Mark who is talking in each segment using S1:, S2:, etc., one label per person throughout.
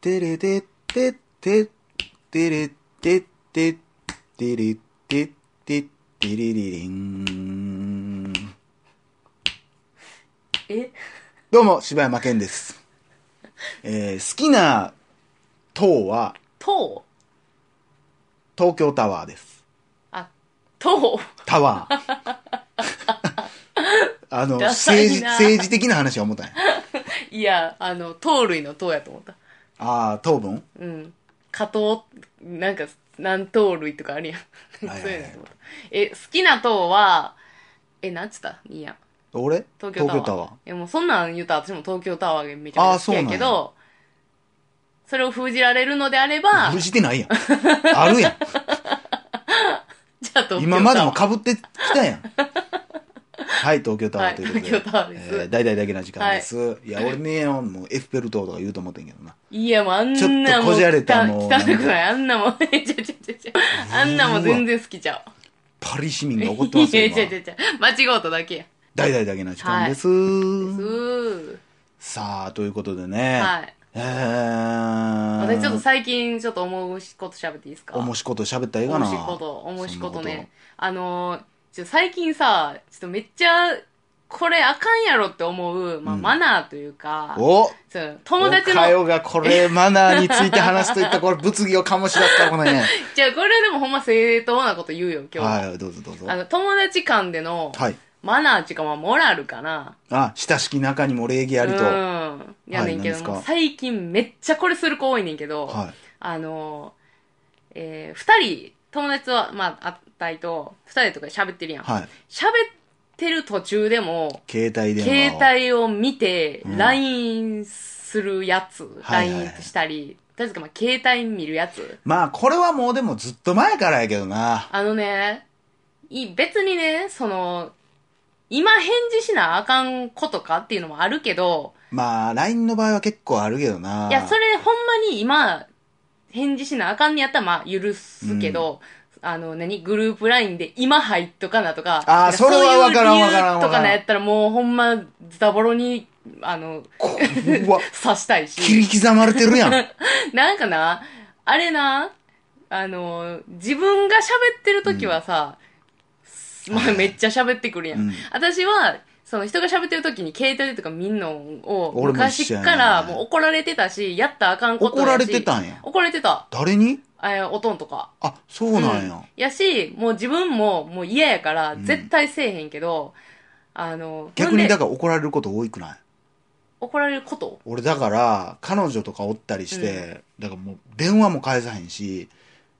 S1: てれてってってってれてってってれてってってれれれん
S2: え
S1: どうも柴山健です、えー、好きな塔は
S2: 塔
S1: 東京タワーです
S2: あ塔
S1: タワーあの
S2: ダサい
S1: 政治
S2: な
S1: 政治的な話は思ったんや
S2: いやあの糖類の塔やと思った
S1: ああ糖分
S2: うん加糖なんか何糖類とかあるやん そう
S1: はいはい
S2: いうのやと思ったえ好きな塔はえなんつったいいや
S1: 俺
S2: 東京タワーえもうそんなん言うたら私も東京タワーがめちゃ
S1: あー
S2: くちゃ好き
S1: そう
S2: やけ
S1: なん
S2: どそれを封じられるのであれば
S1: 封じてないやん。あるやん。
S2: じゃあ東京タワー
S1: 今までも被ってきた やん。はい、東京タワーということで。
S2: はい東京タワーです
S1: えー大々だけな時間です。い、や、俺ね、もうエッフェル塔とか言うと思ってんけどな。
S2: いや、もうあんなもん。
S1: ちょっとこじゃれたもう
S2: 汚汚くない。あんなもん。 え、ちゃちゃちゃちゃ。あんなもん全然好きちゃう。
S1: パリ市民が怒ってますよ、
S2: いや、ちゃ
S1: 今
S2: ち。ゃちゃ。間違うただけや。
S1: 大々だけな時間です。
S2: うー。
S1: さあ、ということでね。
S2: はい。
S1: えー、
S2: 私ちょっと最近ちょっと思うこと喋っていいですか
S1: おもしこと喋ったらいいかな。
S2: おもしこと、おもしことね。あのー、ちょっと最近さ、ちょっとめっちゃ、これあかんやろって思う、まあ、
S1: うん
S2: マナーというか
S1: そ、んなこと。お
S2: そう友達の
S1: おか、よがこれ、マナーについて話すといったら、これ、物議を醸し出すから、この ね。
S2: じゃあこれでもほんま正当なこと言うよ、今日。
S1: はい、どうぞどうぞ。
S2: あの、友達間での、
S1: はい。
S2: マナーっていうか、まあ、モラルかな。
S1: あ、親しき中にも礼儀ありと。は
S2: うん。やねん
S1: はい何
S2: け
S1: です
S2: ど、
S1: か
S2: もう最近めっちゃこれする子多いねんけど、
S1: い。
S2: あの、えー二人、友達とは、まあ、会ったりと、二人とかで喋ってるやん。
S1: はい。
S2: 喋ってる途中でも、
S1: 携帯電話
S2: 携
S1: を。
S2: 帯を見て、
S1: うん
S2: LINE するやつ、
S1: はいはいはい
S2: LINE したり、確かまあ、携帯見るやつ。
S1: まあ、これはもうでもずっと前からやけどな。
S2: あのね、い別にね、その、今返事しなあかんことかっていうのもあるけど、
S1: まあ、LINE の場合は結構あるけどな。
S2: いや、それほんまに今、返事しなあかんねやったら、まあ、許すけど、あの、何グループラインで今入っとかなとか、
S1: あーそれは
S2: そういう
S1: わからん
S2: 理由
S1: わからんわからん
S2: とかなやったらもうほんま、ズタボロに、あの、
S1: こうわ、
S2: 刺したい
S1: 切
S2: し。
S1: り刻まれてるやん。はい
S2: なんかな、あれな、あの、自分が喋ってる時はさ、まあ、めっちゃ喋ってくるやん。
S1: うん
S2: 私は、その人が喋ってる時に携帯とか見んのを、
S1: 俺も一
S2: 昔
S1: 緒やな
S2: からもう怒られてたし、やったらあかんことやし
S1: 怒られてたんや
S2: 怒られてた。
S1: 誰に
S2: えー、おとんとか。
S1: あ、そうなんや。
S2: やし、もう自分ももう嫌やから、
S1: ん
S2: 絶対せえへんけど、あの、
S1: 逆にだ
S2: ほん
S1: か
S2: で
S1: ら怒られること多いくない
S2: 怒られること
S1: 俺だから、彼女とかおったりして、だからもう電話も返さへんし、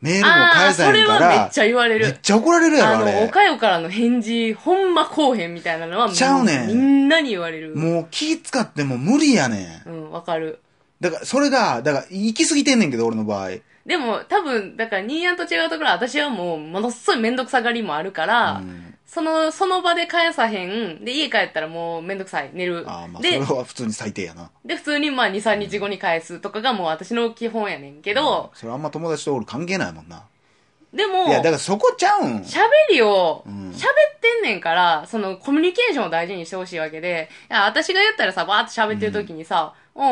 S1: メールも
S2: あ
S1: 返
S2: ー
S1: さ
S2: そ
S1: へ
S2: れ
S1: んか
S2: はめ
S1: ら
S2: っ、ちゃ言われ
S1: め
S2: る
S1: っ。ちゃ怒られるやろ、
S2: あ
S1: あ
S2: の、お
S1: れ。
S2: かよからの返事、ほんまこうへんみたいなのは、
S1: ちゃうねん
S2: みんなに言われる。
S1: もう気使っても無理やねん。
S2: うん、わかる。
S1: だから、それが、だから、行き過ぎてんねんけど、俺の場合。
S2: でも、多分、だから、ニーヤンと違うところは、私はもう、ものすごいめんどくさがりもあるから、
S1: うん
S2: その、その場で返さへん。で、家帰ったらもうめんどくさい。寝る。
S1: ああ、まあ、そ
S2: で
S1: れ、は普通に最低やな。
S2: で、普通にまあ2、3日後に返すとかがもう私の基本やねんけど、
S1: それあんま友達と俺関係ないもんな。
S2: でも
S1: い、や、だからそこちゃうん。
S2: 喋りを、
S1: うん
S2: 喋ってんねんから、そのコミュニケーションを大事にしてほしいわけで、いや、私が言ったらさ、バーって喋ってる時にさ、うん、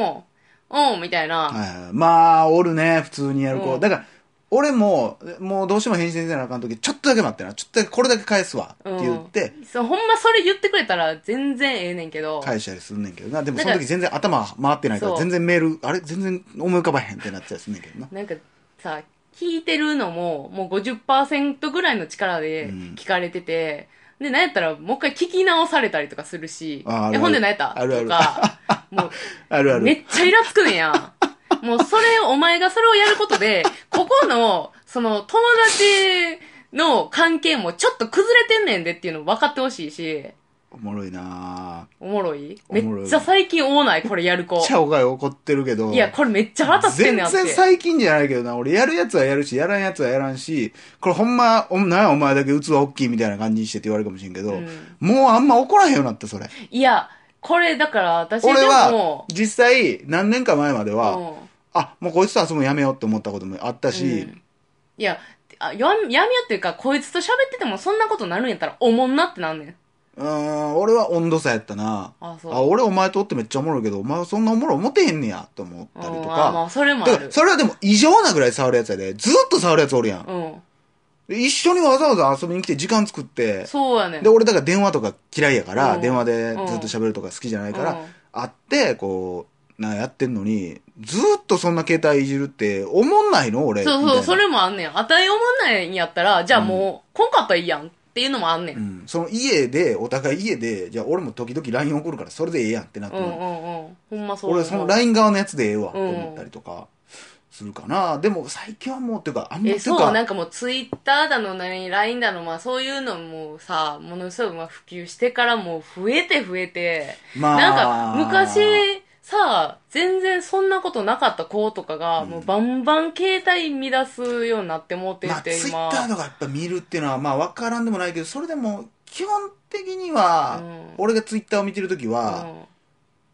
S2: うん、みたいな、
S1: はいはいまあ、おるね、普通にやる子。
S2: うん
S1: だから、俺も、もうどうしても返信せなあかんとき、ちょっとだけ待ってな、ちょっとだけこれだけ返すわ、って言って、
S2: そうほんまそれ言ってくれたら全然ええねんけど、
S1: 返したりすんねんけどな。でも
S2: だ
S1: そ
S2: から
S1: の時全然頭回ってないから、
S2: そう
S1: 全然メール、あれ全然思い浮かばへんってなっちゃうすんねんけ どな。
S2: なんかさ、聞いてるのも、もう50%ぐらいの力で
S1: うん
S2: 聞かれてて、で、なんやったら、もう一回聞き直されたりとかするし、
S1: ああるある
S2: え、ほんでなんやった
S1: あるある
S2: とか、もう、
S1: あるある。
S2: めっちゃイラつくねんや ん。もうそれ、お前がそれをやることで、ここの、その、友達の関係もちょっと崩れてんねんでっていうの分かってほしいし、
S1: おもろいな
S2: おもろい
S1: お
S2: め
S1: もろい
S2: っちゃ最近多ない、これやる子
S1: ぁ。。ちゃおが怒ってるけど。
S2: いや、これめっちゃ腹立って
S1: 全
S2: んねんあって。
S1: 然最近じゃないけどな、俺やるやつはやるし、やらんやつはやらんし、これほんま、おなんやお前だけ器大きいみたいな感じにしてって言われるかもしれんけど、
S2: うん
S1: もうあんま怒らへんようになった、それ。
S2: いや、これだから私で
S1: 俺は
S2: も、、
S1: 実際、何年か前までは、
S2: うん
S1: あ、もうこいつと遊ぶのやめようって思ったこともあったし、
S2: うんいや、あやみやみやっていうか、こいつと喋っててもそんなことなるんやったら、おもんなってなんねん。
S1: うーん、俺は温度差やったな。
S2: あそう
S1: あ、俺お前とってめっちゃおもろいけど、お前はそんなおもろい思てへんねや、と思ったりと
S2: うんあま
S1: か。
S2: あ、それもあ
S1: だか
S2: る
S1: ら、。それはでも異常なぐらい触るやつやで、ずっと触るやつおるやん。
S2: うん。
S1: で一緒にわざわざ遊びに来て時間作って、
S2: そうやねん
S1: で、。俺だから電話とか嫌いやから、
S2: うん
S1: 電話でずっと喋るとか好きじゃないから、
S2: うん
S1: 会って、こう、なんかやってんのに、ずっとそんな携帯いじるって、おもんないの俺。
S2: そう
S1: みたい
S2: そう、
S1: な
S2: それもあんねん。あたい思んないんやったら、じゃあもう、こんかったらいいやんっていうのもあんねん。
S1: う
S2: うん
S1: ん、その家で、お互い家で、じゃあ俺も時々 LINE 送るからそれでええやんってなって
S2: う
S1: も
S2: んうん。ほんまそう。
S1: 俺その
S2: イ
S1: LINE 側のやつでええわと思ったりとかするかな。でも最近はもうっていうか、あんまっ
S2: え、
S1: ていう
S2: そう、な
S1: か、
S2: んかもうツイッターだの、何、LINE だの、まあそういうのもさ、ものすごいまあ普及してからもう増えて増えて、
S1: ま
S2: なんか昔さ、全然そんなことなかった子とかが、もうバンバン携帯乱すようになってもうて
S1: まあ、
S2: て、
S1: ツイ
S2: 今。
S1: ッターとかやっぱ見るっていうのは、まあ、分からんでもないけど、それでも、基本的には、
S2: うん
S1: 俺がツイッターを見てるとき
S2: う
S1: は、
S2: ん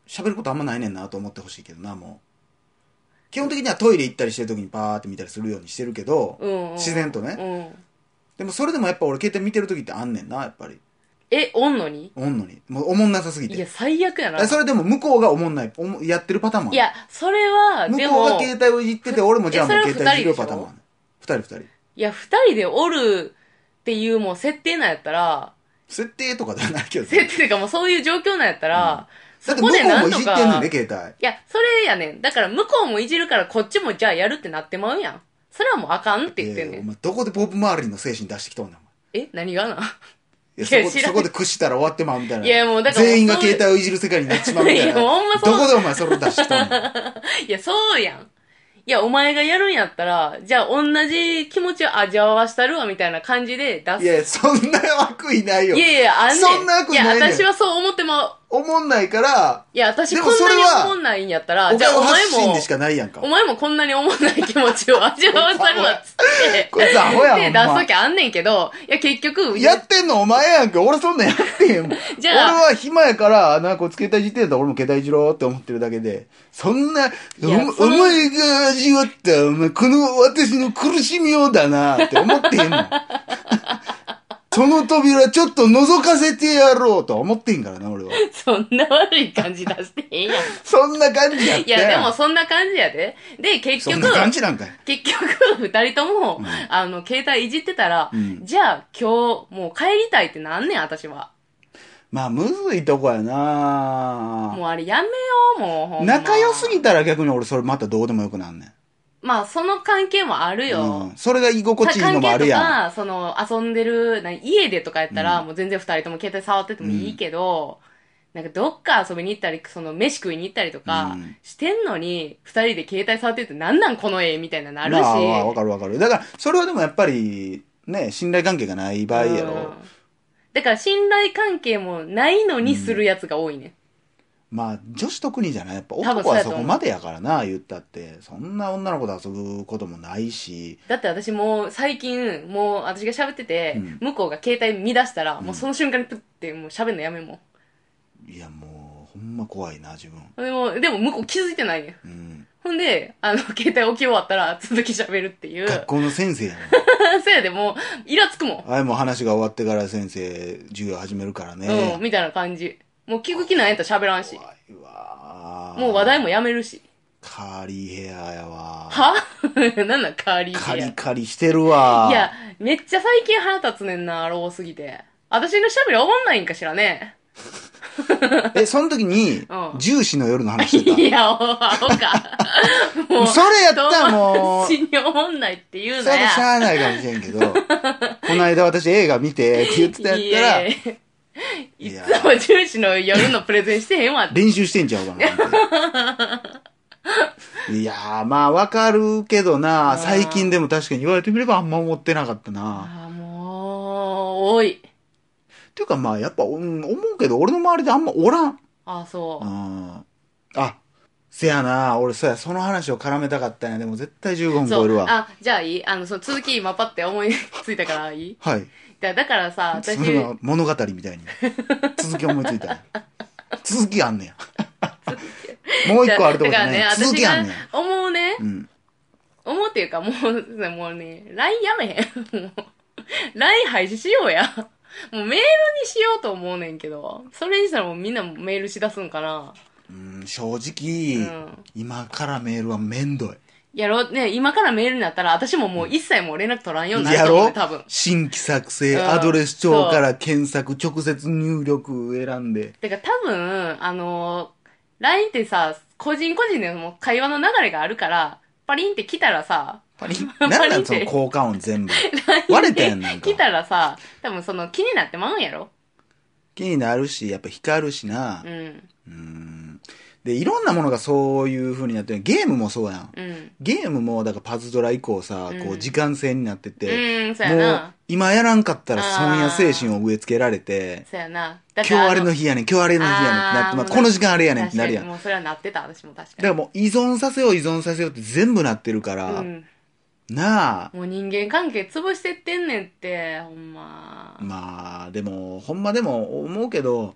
S1: 喋、ることあんまないねんなと思ってほしいけどな、もう。基本的にはトイレ行ったりしてるときにパーって見たりするようにしてるけど、
S2: うんうん
S1: 自然とね
S2: うん。
S1: でもそれでもやっぱ俺携帯見てるときってあんねんな、やっぱり。
S2: え、おんのに
S1: おんのに。もうおもんなさすぎ
S2: いや、
S1: て。
S2: 最悪やな。
S1: それでも向こうがおもんない、おもやってるパターンもあ
S2: い
S1: る。
S2: や、それは、
S1: 向
S2: で
S1: こうが
S2: も、
S1: 携帯をいじってて、俺もじゃあもう
S2: えそれ
S1: 携
S2: は
S1: 帯いじる
S2: 二人
S1: パ
S2: でしょ
S1: ターンもある。二人二人。
S2: いや、二人でおるっていうもう設定なんやったら、
S1: 設定とかではないけどね。
S2: 設定っていうかもうそういう状況なんやった
S1: だ
S2: ら、そ
S1: って向
S2: こ
S1: こ
S2: でな
S1: うんも
S2: と
S1: いじっ
S2: か、
S1: てんねんね、携帯。
S2: いや、それやねん。だから向こうもいじるからこっちもじゃあやるってなってまうやん。それはもうあかんって言ってん
S1: え
S2: ね
S1: ーお
S2: ん。
S1: 前どこでボブ・マーリーの精神出してきとんねんお
S2: え何がな
S1: 前いや
S2: いや
S1: そ
S2: 知
S1: こそ
S2: らん
S1: こで屈したら終わってまうみたいない
S2: やもうだから
S1: 全員が
S2: そういう
S1: 携帯をいじる世界になっちまうみたいない
S2: やほんまそう
S1: どこでお前それ出してきとんねん
S2: いや、そうやん。いや、お前がやるんやったら、じゃあ同じ気持ちを味わわしたるわみたいな感じで出す。
S1: いやいやそんな悪意ないよ
S2: いやいや、あんねん。
S1: そんな悪意ないねん
S2: いや、私はそう思ってまう。
S1: おもんないから
S2: いや、私
S1: で
S2: こ
S1: も
S2: ん
S1: それ
S2: なに
S1: は
S2: 思んないんやったら、
S1: お
S2: じゃ
S1: 前
S2: あお
S1: は
S2: 前
S1: 発信でし
S2: も、
S1: かないやんか
S2: お前もこんなに思んない気持ちを味わわさるわっつって、
S1: こいつアホやほん
S2: 手出
S1: ます
S2: ときあんねんけど、いや、結局、
S1: やってんのお前やんか俺そんなんやってへんもん
S2: じゃあ
S1: 俺は暇やからなんかこいつ携帯いじってんやったら俺も携帯いじろうって思ってるだけでそんなお
S2: やそ
S1: お
S2: の
S1: 前が味わったお前この私の苦しみをだなって思ってへんも んその扉ちょっと覗かせてやろうとは思ってへんからな俺 は
S2: そんな悪い感じ出してへんやん。
S1: そんな感じやっ
S2: い
S1: て
S2: や、でもそんな感じやで。で、結
S1: そん
S2: 局
S1: な、感じなんかい
S2: 結局、二人とも、あの、携帯いじってたら、
S1: うん
S2: じゃあ今日、もう帰りたいってなんねん、私は。
S1: まあむずいとこやな
S2: もうあれやめよう、もうほんま。
S1: 仲良すぎたら逆に俺それまたどうでもよくなんねん
S2: まあ、その関係もあるよ。
S1: うん、それが居心地いいのもあるやん
S2: 関係とか、その、遊んでる、何家でとかやったら、もう全然二人とも携帯触っててもいいけど、なんかどっか遊びに行ったり、その、飯食いに行ったりと
S1: う
S2: か
S1: ん、
S2: してんのに、二人で携帯触ってるってなんなんこの絵みたいなのあるし。
S1: まあまあ、わかるわかる。だから、それはでもやっぱり、ね、信頼関係がない場合やろ。
S2: うんだから、信頼関係もないのにするやつが多いね。
S1: まあ、女子特にじゃないやっぱ
S2: 多分
S1: 男は
S2: そ
S1: そう
S2: やと思う
S1: こまでやからな、言ったって。そんな女の子と遊ぶこともないし。
S2: だって私もう最近、もう私が喋ってて、
S1: うん
S2: 向こうが携帯見出したら、もうその瞬間にプッて、もう喋んのやめんもん。
S1: いや、もう、ほんま怖いな、自分。
S2: でも、でも向こう気づいてないね
S1: う
S2: ん。
S1: ん。
S2: ほんで、あの、 携帯置き終わったら続き喋るっていう。
S1: 学校の先 生やもん。
S2: そうやで、もう、イラつくも
S1: あいもう話が終わってから先生、授業始めるから
S2: ん。
S1: ね。
S2: うん、みたいな感じ。もう聞く気ないやったら喋らんし。
S1: 怖いわ。
S2: もう話題
S1: も。
S2: もやめるし。
S1: カーリーヘアやわ。
S2: は なんなんカーリー
S1: カ
S2: ヘア
S1: リカリしてるわ。
S2: いや、めっちゃ最近腹立つねんな、ローすぎて。私の喋り終わんないんかしらね。
S1: え、その時に
S2: う、ん
S1: 重視の夜の話してた。
S2: いや、おア ホか。も
S1: それやったらもう
S2: 死におもんないって言う
S1: そ
S2: な
S1: れはし
S2: や。
S1: ゃあないかもしれんけど、 この間私映画見てって言ってたやったら、
S2: い
S1: い
S2: や
S1: や
S2: いつも重視の夜のプレゼンしてへんわって。
S1: 練習してんちゃうかなっ て。いやー、まあわかるけどな、
S2: ー
S1: 最近でも確かに言われてみればあんま思ってなかったな。
S2: ああ、もう、多い。
S1: っていうかまあやっぱ、うん思うけど俺の周りであんまおらん。
S2: ああ、そうう。
S1: ん。あ、せやな、俺そうや、その話を絡めたかったんや。でも絶対15分
S2: そ
S1: 超え
S2: う
S1: るわ。
S2: あ、じゃあいいあの、その続き今パって思いついたからいい
S1: はい。
S2: だだからさ、私
S1: そ、んな物語みたいに。続き思いついたんや。続きあんねや。もう一個あるとこじゃない。
S2: だからね、
S1: 続
S2: 私
S1: きあ
S2: が
S1: んねや。
S2: 思うね
S1: う、ん。
S2: 思うっていうかもう、もうね、LINE やめへん。もう LINE 廃止しようや。もうメールにしようと思うねんけど。それにしたらもうみんなメールしだすんかな。
S1: うん、正直、
S2: うん
S1: 今からメールはめんどい。
S2: やろう、ね、今からメールになったら、私ももう一切もう連絡取らんようにな
S1: や
S2: ると思う
S1: ろ
S2: ね、多分。
S1: 新規作成、
S2: うん
S1: アドレス帳から検索、直接入力選んで。
S2: てか多分、あのー、LINE ってさ、個人個人でもう会話の流れがあるから、パリンって来たらさ、
S1: パリン。
S2: パリンって
S1: なんなんその効果音全部。 割れ
S2: LINE
S1: たやん、なん
S2: で
S1: か
S2: 来。たらさ、多分その気になってまうんやろ
S1: 気になるし、やっぱ光るしな
S2: う。ん、
S1: うん。で、いろんなものがそういう風になってる。ゲームもそうやん。
S2: うん。
S1: ゲームも、だからパズドラ以降さ、
S2: うん
S1: こう時間制になってて、
S2: うん、そうや
S1: もう
S2: な。
S1: 今やらんかったら損や精神を植え付けられて、
S2: そうやな。だ
S1: 今日あれの
S2: 日
S1: 日やねん、今日あれの日やねんってなって、まあ、この時間あれやねんってなるやん。だ
S2: もうそれはなってた、私も確かに。
S1: からもう依存させよう依存させようって全部なってるから、
S2: うん。
S1: なあ、
S2: もう人間関係潰してってんねんって、ほんま。
S1: まあでも、ほんまでも思うけど、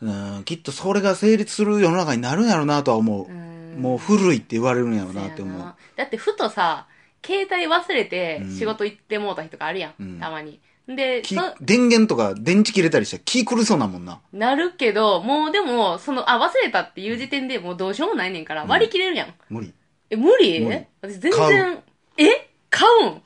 S1: うん、きっとそれが成立する世の中になるんやろうなとは思う。
S2: ん
S1: もう古いって言われるんやろうなっ
S2: そ
S1: て
S2: うや
S1: 思う
S2: な。だってふとさ、携帯忘れて
S1: うん
S2: 仕事行ってもうた日とかあるやん、
S1: うん
S2: たまに。で、
S1: き
S2: そ
S1: 電源とか電池切れたりしたら気狂いそうなもんな。
S2: なるけど、もうでも、その、あ、忘れたっていう時点でもうどうしようもないねんから割り切れるやん。
S1: 無理。
S2: え、無理
S1: 無理
S2: 私全
S1: 買
S2: 然、え買うん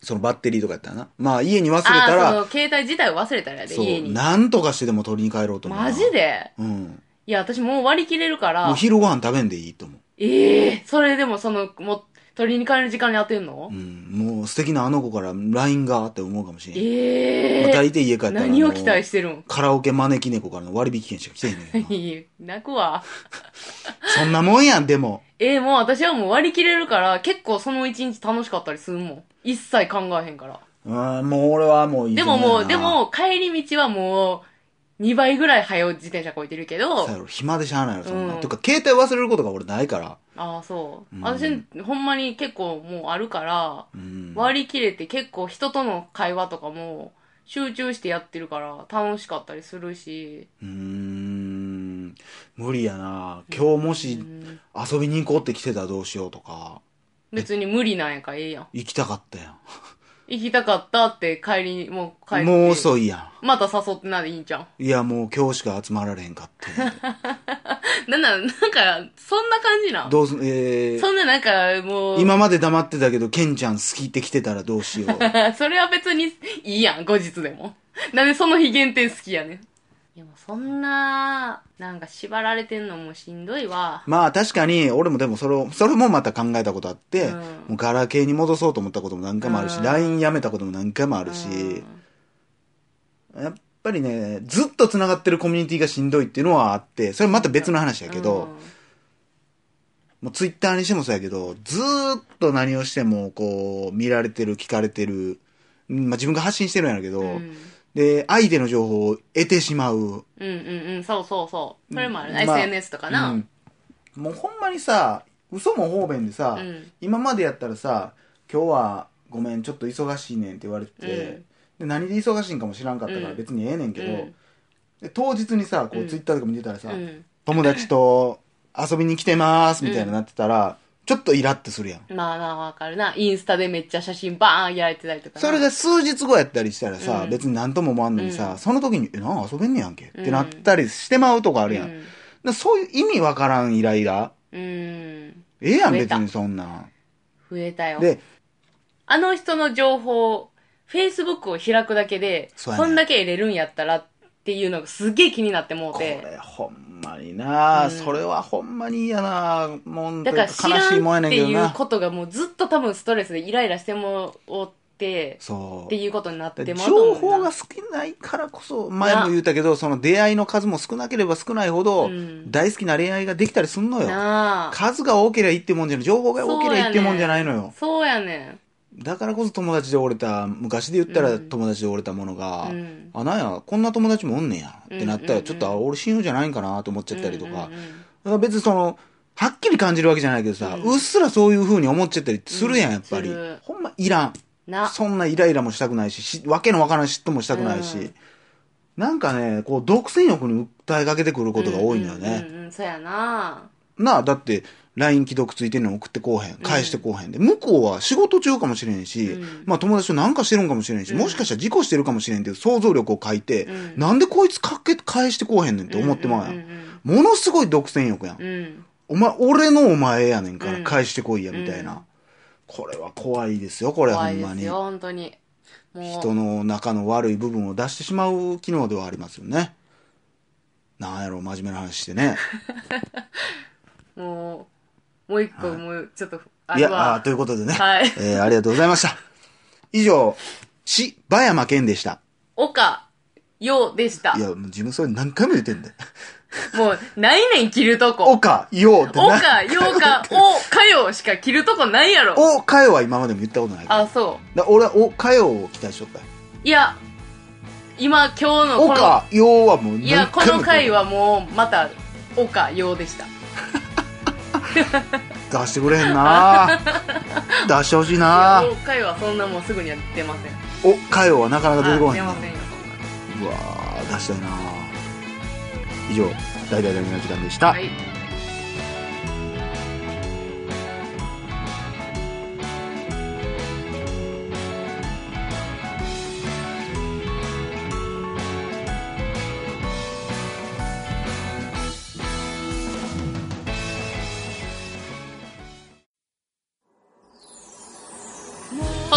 S1: そのバッテリーとかやったらな。まあ家に忘れ
S2: あ
S1: た
S2: ー、そ
S1: ら、
S2: の、携帯自体を忘れたらやで、
S1: そ
S2: 家
S1: う、
S2: に。
S1: なんとかしてでも取りに帰ろうと思うな。
S2: マジで
S1: うん。
S2: いや、私もう割り切れるか
S1: もう
S2: ら、
S1: 昼ご飯食べんでいいと思う。
S2: ええそれでもその、もう、取りに帰る時間に当てんの、
S1: うん。もう素敵なあの子から LINE がって思うかもしれん。
S2: ええ
S1: まあ大抵家帰ったら。
S2: 何を期待
S1: し
S2: してるん
S1: カラオケ招き猫からの割引券しか来てへんねんな
S2: 泣くわ。
S1: そんなもんやん、でも。
S2: えー、もう私はもう割り切れるから、結構その一日楽しかったりするもん。一切考えへんから。
S1: うん、もう俺はもういい
S2: でももう、で、も帰り道はもう、2倍ぐらい早う自転車こいてるけど
S1: さ、やろ暇でしゃあないやろ、そんな。
S2: うん
S1: てか、携帯忘れることが俺ないから。
S2: ああ、そう。
S1: うん
S2: 私、ほんまに結構もうあるから、
S1: うん。
S2: 割り切れて結構人との会話とかも、集中してやってるから、楽しかったりするし、
S1: うーん。無理やな。今日もし
S2: うん
S1: 遊びに行こうって来てたらどうしようとか。
S2: 別に無理なんやからええやん。
S1: 行きたかったや
S2: 行きたかったって帰りに、もう帰っ
S1: ん。
S2: て。
S1: もう遅いや
S2: また誘ってないでいいんじゃん。
S1: ん。いや、もう今日しか集まられへんかって。
S2: なんなら、なんか、そんな感じなん
S1: どうす、えー、
S2: そんななんか、もう、
S1: 今まで黙ってたけど、ケンちゃん好きって来てたらどうし よう。
S2: それは別にいいやん、後日でも。 なんでその日限定好きやねん。でもそんな、なんか縛られてんのもしんどいわ。
S1: まあ確かに、俺もでもそれを、それもまた考えたことあって、
S2: うん
S1: もうガラケーに戻そうと思ったことも何回もあるし、
S2: うん
S1: LINE やめたことも何回もあるし、やっぱりね、ずっと繋がってるコミュニティがしんどいっていうのはあって、それまた別の話
S2: だ
S1: やけど、もうツイッターにしてもそうやけど、ずーっと何をしても、こう、見られてる、聞かれてる、うんまあ自分が発信してるんやろうけど、
S2: うん、うん、
S1: で、相手の情報を得てしまう。
S2: うんうんうん、そうそうそう。それもある。
S1: まあ
S2: SNS とかな。
S1: うんもうほんまにさ、嘘も方便でさ、
S2: うん
S1: 今までやったらさ「今日はごめんちょっと忙しいねん」って言われてて、
S2: うん
S1: で何で忙しいんかも知らんかったから
S2: うん
S1: 別にええねんけど、
S2: うん
S1: で当日にさこ
S2: う
S1: うんツイッターとか見てたらさ、
S2: うん
S1: 友達と遊びに来てますみたいになってたら、ちょっとイラッとするやん。
S2: まあまあわかるな。インスタでめっちゃ写真バーンやられてたりとかな。
S1: それが数日後やったりしたらさ、
S2: うん
S1: 別に何とも思わんのにさ、
S2: うん
S1: その時に、え、なんか遊べんねやんけってなったりしてまうとこあるやん。だからそういう意味わからんイライラ。
S2: うん。うん。
S1: ええやん、
S2: 増
S1: 別
S2: えた
S1: にそんなん。
S2: 増えたよ。
S1: で、
S2: あの人の情報、Facebook を開くだけで、
S1: そ
S2: そ,、
S1: うやね
S2: んだけ入れるんやったらっていうのがすげえ気になってもう
S1: こ
S2: て。
S1: れほんまにな、
S2: うん
S1: それはほんまに嫌なもんとい
S2: だ
S1: う
S2: か
S1: か
S2: ら知
S1: 悲
S2: ら
S1: しいもんや
S2: ん
S1: ね
S2: っ
S1: ん
S2: て
S1: けど
S2: いう
S1: な
S2: ことがもうずっと多分ストレスでイライラしてもおって、
S1: そ
S2: って
S1: う
S2: いうことになってもうと思う
S1: 情
S2: な
S1: 報が少ないからこそ前も言ったけどその出会いの数も少なければ少ないほど、
S2: うん
S1: 大好きな恋愛ができたりすんのよ
S2: なあ。
S1: 数が多ければいいってもんじゃない情報が多ければいいってもんじゃないのよ、
S2: そうやね
S1: だからこそ友達で折れた昔で言ったら
S2: うん
S1: 友達で折れたものが、
S2: うん
S1: あなんやこんな友達もおんねんやってなった
S2: うんうんう
S1: ら
S2: ん
S1: ちょっとあ俺親友じゃないんかなと思っちゃ
S2: ん。
S1: ったりとか、
S2: うんうんうん
S1: だから別にその、はっきり感じるわけじゃないけどさ、う
S2: うん
S1: っすらそういう風に思っちゃったりするやん、
S2: うん
S1: やっぱり
S2: する。
S1: ほんまいらん。
S2: な。
S1: そんなイライラもしたくないし、しわけのわからん嫉妬もしたくないし、
S2: うん
S1: なんかね、こう、独占欲に訴えかけてくることが多いんだよね。
S2: うんうんうんうん、そうやな
S1: なあ、だって、 LINE 既読ついてんのに送ってこうへん。返してこうへんで、向こうは仕事中かもしれんし、
S2: うん
S1: まあ友達となんかしてるんかもしれんし、
S2: うん
S1: もしかしたら事故してるかもしれんっていう想像力を書いて、
S2: うん
S1: なんでこいつかけ返してこうへんねんって思ってまうやん。
S2: ん
S1: ものすごい独占欲やん。
S2: うんうん
S1: お前、俺のお前やねんから
S2: うん
S1: 返してこいや、みたいな。
S2: うん
S1: これは怖いですよ、これは
S2: 怖
S1: ほん
S2: いで
S1: ますに。
S2: よ本当にもう
S1: 人の中の悪い部分を出してしまう機能ではありますよね。なんやろ、真面目な話してね。
S2: もうもう一個、もうちょっと
S1: い
S2: あれ
S1: や、あ
S2: は
S1: ーということでね、
S2: はい
S1: えーありがとうございました。以上、し、ばやまけんでした。
S2: 岡よでした
S1: いや、もう自分それ何回も言ってんで。
S2: もうないねん切るとこ
S1: おか、ようってな。
S2: 岡よかおかよしか切るとこないやろ
S1: おかよは今までも言ったことないから。
S2: あそ
S1: だ俺はおかよを期待しとったよ。
S2: ういや今今日の
S1: お
S2: この
S1: か、ようはもう何回も
S2: いやこの回
S1: は
S2: はもうまた岡よでした
S1: 出してくれへん な出してほしいな
S2: 岡よはそんなもうすぐには出ません
S1: おかよはなかなか出てこ
S2: あ
S1: へ
S2: 出
S1: んな
S2: ませんよそん
S1: う
S2: な
S1: わー出したいな以上大々大々の時間でした、
S2: はいポ